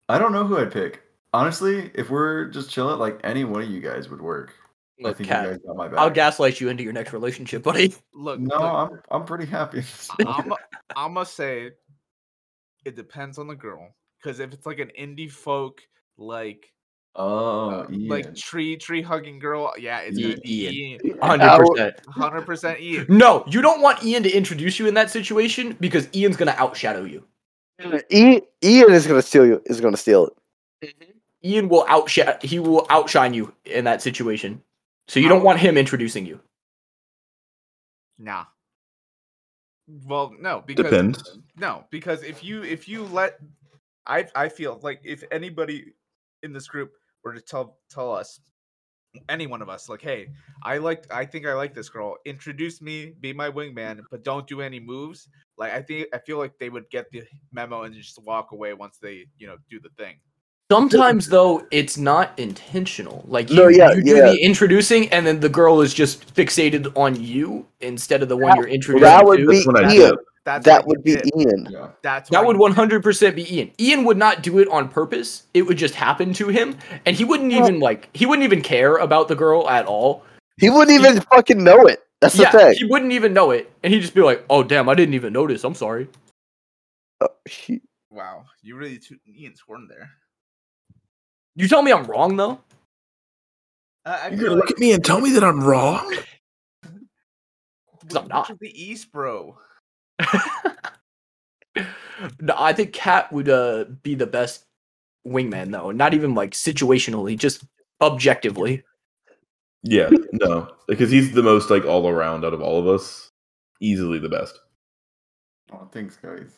D: I don't know who I'd pick. Honestly, if we're just chilling, like any one of you guys would work. I
C: Look,
D: think you
C: Cat.
D: guys got my back.
C: I'll gaslight you into your next relationship, buddy.
B: Look,
D: No,
B: look,
D: I'm I'm pretty happy.
B: I'm I'm gonna say it depends on the girl. Because if it's like an indie folk, like
D: oh,
B: uh,
D: Ian.
B: like tree tree hugging girl, yeah, it's gonna
C: Ian.
B: be
C: Hundred percent.
B: hundred percent Ian.
C: No, you don't want Ian to introduce you in that situation because Ian's gonna outshadow you.
F: Ian, Ian is gonna steal you. Is gonna steal it.
C: Ian will outshine. He will outshine you in that situation. So you don't want him introducing you.
B: Nah. Well, no, because
E: Depends.
B: no, because if you if you let, I I feel like if anybody in this group were to tell tell us, any one of us like hey i like i think i like this girl introduce me be my wingman but don't do any moves like i think i feel like they would get the memo and just walk away once they you know do the thing
C: Sometimes though, it's not intentional. Like you,
F: No, yeah,
C: you do
F: yeah.
C: the introducing, and then the girl is just fixated on you instead of the one
F: That-
C: you're
F: Well,
C: introducing.
F: that would
C: to.
F: be
E: That's what I
F: Ian.
E: did.
B: that's
F: That
B: what
F: would
B: he
F: be
B: did.
F: Ian.
D: Yeah.
B: that's
C: that
B: what
C: would
B: he did.
C: 100% be Ian. Ian would not do it on purpose. It would just happen to him, and he wouldn't even like he wouldn't even care about the girl at all.
F: He wouldn't even fucking know it. That's the
C: yeah,
F: thing.
C: he wouldn't even know it, and he'd just be like, "Oh damn, I didn't even notice. I'm sorry."
F: Oh, he-
B: wow you really took ian's horn there
C: You tell me I'm wrong though.
B: uh, I
E: You're
B: feel
E: gonna look
B: like
E: at me and tell me that I'm wrong.
B: we're
C: I'm not.
B: to the east bro
C: No, I think Cat would uh, be the best wingman though. Not even like situationally, just objectively.
E: Yeah, no, because he's the most like all around out of all of us, easily the best.
D: Oh, thanks, guys.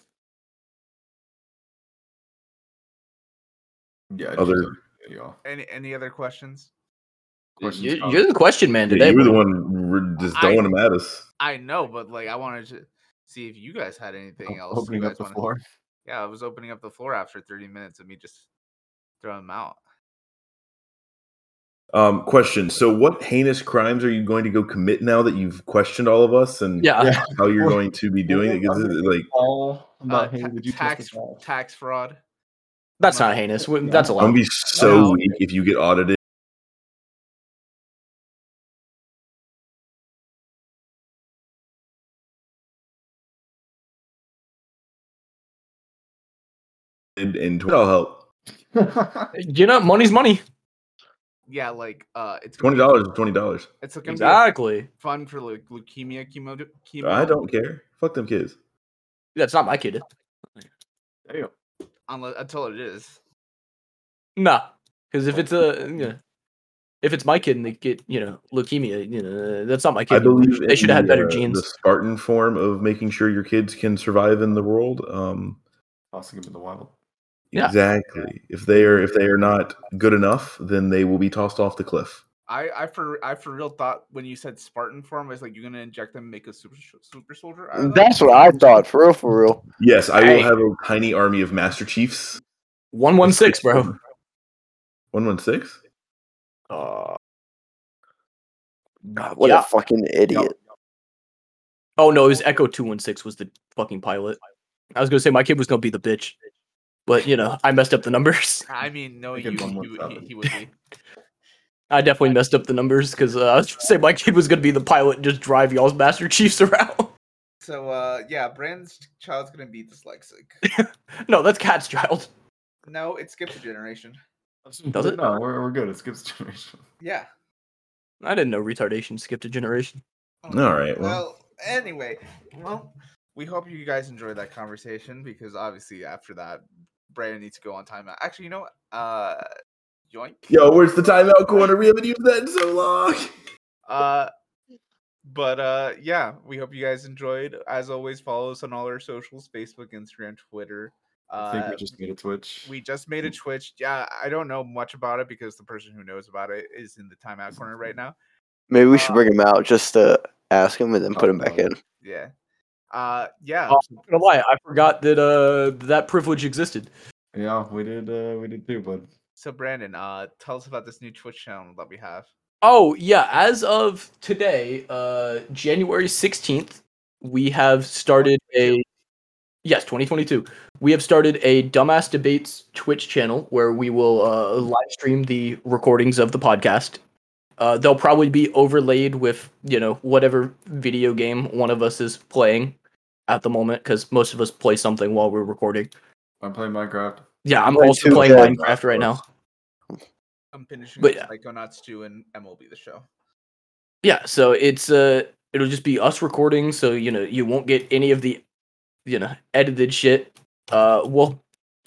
D: Yeah. I'd
E: Other-
D: choose other- yeah.
B: any any other questions
D: Questions,
C: You,
D: comments?
C: are the question man
E: Yeah,
C: today.
E: you were the
C: bro.
E: one re- just throwing him at us.
B: i know but like i wanted to see if you guys had anything else you
D: Opening
B: guys
D: up the
B: wanna-
D: floor.
B: yeah i was opening up the floor after 30 minutes of me just throwing them out
E: Um, question: So, what heinous crimes are you going to go commit now that you've questioned all of us and
C: Yeah.
D: Yeah.
E: how you're going to be doing it? 'Cause it's like,
D: All
B: Uh,
D: about
B: ta-
D: Hayden, did you
B: tax
D: testify?
B: tax fraud.
C: That's not heinous. W- That's a
E: I'm gonna
C: lot.
E: be so
B: Wow.
E: weak if you get audited. And, and twenty dollars help.
C: You know, money's money.
B: Yeah, like uh, it's gonna
E: Twenty
B: be-
E: dollars is twenty dollars.
B: It's gonna
C: Exactly.
B: be fun for like leukemia chemo. chemo.
E: I don't care. Fuck them kids.
C: That's not my kid.
D: Damn.
B: unless, until it is.
C: Nah, because
E: Oh.
C: if it's a you know, if it's my kid and they get you know leukemia, you know uh, that's not my kid.
E: I believe
C: they
E: in
C: should have had
E: the,
C: better
E: uh,
C: genes.
E: The Spartan form of making sure your kids can survive in the world. Um,
D: Tossing him in the wild.
C: Yeah.
E: Exactly. If they are if they are not good enough, then they will be tossed off the cliff.
B: I I for I for real thought when you said Spartan form, I was like, you're gonna inject them, make a super sh- super soldier. out of them?
F: that's what I thought. For real, for real.
E: Yes, I
C: Hey.
E: will have a tiny army of Master Chiefs.
C: One one six, bro.
E: One one six.
C: Uh,
F: God, what
C: yeah.
F: a fucking idiot.
C: Oh no, it was Echo two one six was the fucking pilot. I was gonna say my kid was gonna be the bitch, but you know I messed up the numbers.
B: I mean, no,
D: Make
B: you,
D: it one more
B: you he,
D: seven.
B: he would be.
C: I definitely messed up the numbers because uh, I was gonna say my kid was gonna be the pilot and just drive y'all's Master Chiefs around.
B: So uh, yeah, Brand's child's gonna be dyslexic.
C: no, that's Cat's child.
B: no, it skips a generation.
C: Does it?
D: No, we're, we're good. It skips generation.
B: Yeah.
C: I didn't know retardation skipped a generation.
E: All right.
B: Well,
E: Well,
B: anyway, well, we hope you guys enjoyed that conversation because obviously after that, Brandon needs to go on timeout. Actually, you know what? Uh, yoink.
E: yo, where's the timeout corner? We haven't used that in so long.
B: Uh, but uh, yeah, we hope you guys enjoyed. As always, follow us on all our socials: Facebook, Instagram, Twitter.
D: I think
B: Uh,
D: we just made a Twitch.
B: we just made a Twitch. Yeah, I don't know much about it because the person who knows about it is in the timeout corner right now.
F: Maybe we should
B: Uh,
F: bring him out just to ask him and then put him back in.
B: Yeah. Uh, yeah.
C: Oh, I'm not gonna lie, I forgot that uh that privilege existed.
D: yeah, we did. Uh, we did too, bud.
B: So Brandon, uh, tell us about this new Twitch channel that we have.
C: Oh yeah, as of today, uh January sixteenth, we have started a yes, twenty twenty two. We have started a dumbass debates Twitch channel where we will uh live stream the recordings of the podcast. Uh, they'll probably be overlaid with you know whatever video game one of us is playing at the moment because most of us play something while we're recording.
D: I'm playing Minecraft.
C: Yeah, I'm
F: Play
C: also
F: 2K.
C: playing Minecraft right now.
B: I'm finishing
C: But
B: up
C: yeah.
B: Psychonauts 2 and MLB the show.
C: yeah so it's uh it'll just be us recording so you know you won't get any of the you know edited shit uh well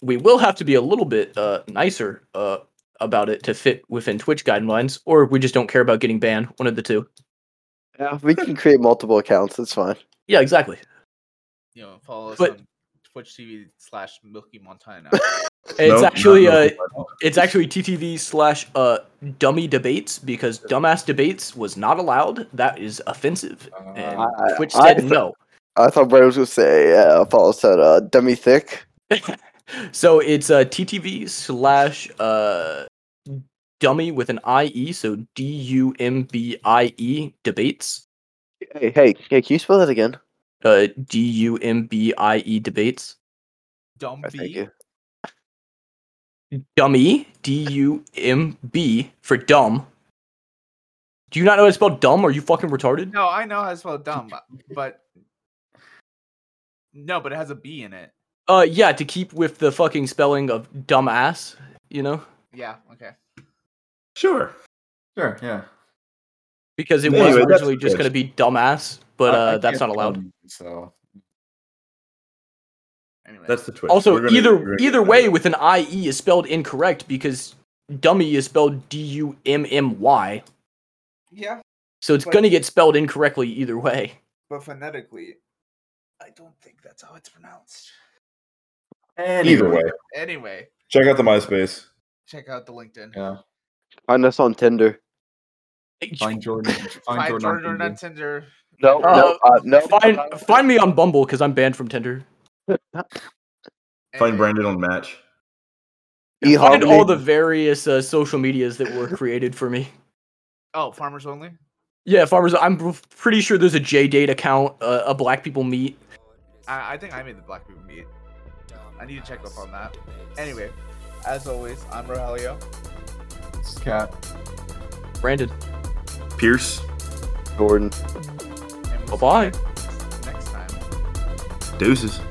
C: we will have to be a little bit uh nicer uh about it to fit within twitch guidelines or we just don't care about getting banned one of the two
F: Yeah, we can create multiple accounts. It's fine.
C: yeah exactly
B: You know, follow us
C: But-
B: on Twitch TV slash Milky Montana.
C: It's
E: No?
C: actually
E: No, no,
C: uh,
E: no.
C: it's actually TTV slash uh dummy debates because dumbass debates was not allowed. That is offensive. And
D: Uh,
F: I- I-
C: Twitch
F: I
C: said
F: th-
C: no.
F: I thought Brad was gonna say uh, Apollo said uh, dummy thick.
C: So it's uh TTV slash uh dummy with an IE, so D U M B I E debates.
F: Hey, hey, hey, can you spell that again?
C: Uh D U M B I E debates.
B: Dumb
F: All right, thank
B: bee.
F: you.
C: Dummy D U M B for dumb. Do you not know how to spell dumb? Are you fucking retarded?
B: No, I know how to spell dumb, but- but no, but it has a B in it.
C: Uh yeah, to keep with the fucking spelling of dumbass, you know?
B: Yeah, okay.
E: Sure.
D: Sure, yeah.
C: Because it
E: Anyway,
C: was
E: that's
C: originally just
E: good.
C: gonna be dumbass, but
D: I- I
C: uh that's
D: can't
C: not allowed.
D: tell you, So
B: Anyway,
E: That's the Twitch.
C: Also,
E: We're gonna- we're
C: either
E: gonna-
C: either way, with an IE is spelled incorrect because dummy is spelled D U M M Y,
B: yeah,
C: so it's
B: But-
C: gonna get spelled incorrectly either way.
B: but phonetically, I don't think that's how it's pronounced.
E: either way.
B: Anyway,
E: Check out the MySpace.
B: check out the LinkedIn.
D: Yeah.
F: Find us on Tinder.
D: Find Jordan. Find,
B: Find
D: Jordan. on
B: Jordan, on,
D: Tinder.
B: Tinder.
F: No, no, uh, no.
C: Find find me on Bumble because I'm banned from Tinder.
E: Find
B: Anyway.
E: Brandon on Match.
C: Find
E: E
F: E-Harmony.
C: all the various uh, social medias that were created for me.
B: Oh, farmers only.
C: Yeah, farmers. I'm pretty sure there's a J Date account, uh, a Black People Meet.
B: I, I think I made the black people meet. I need to check up on that. Anyway, as always, I'm Rogelio.
D: This is Cat.
C: Brandon,
E: Pierce.
F: Jordan.
B: and we'll see you
C: Bye-bye.
B: guys Next time.
E: Deuces.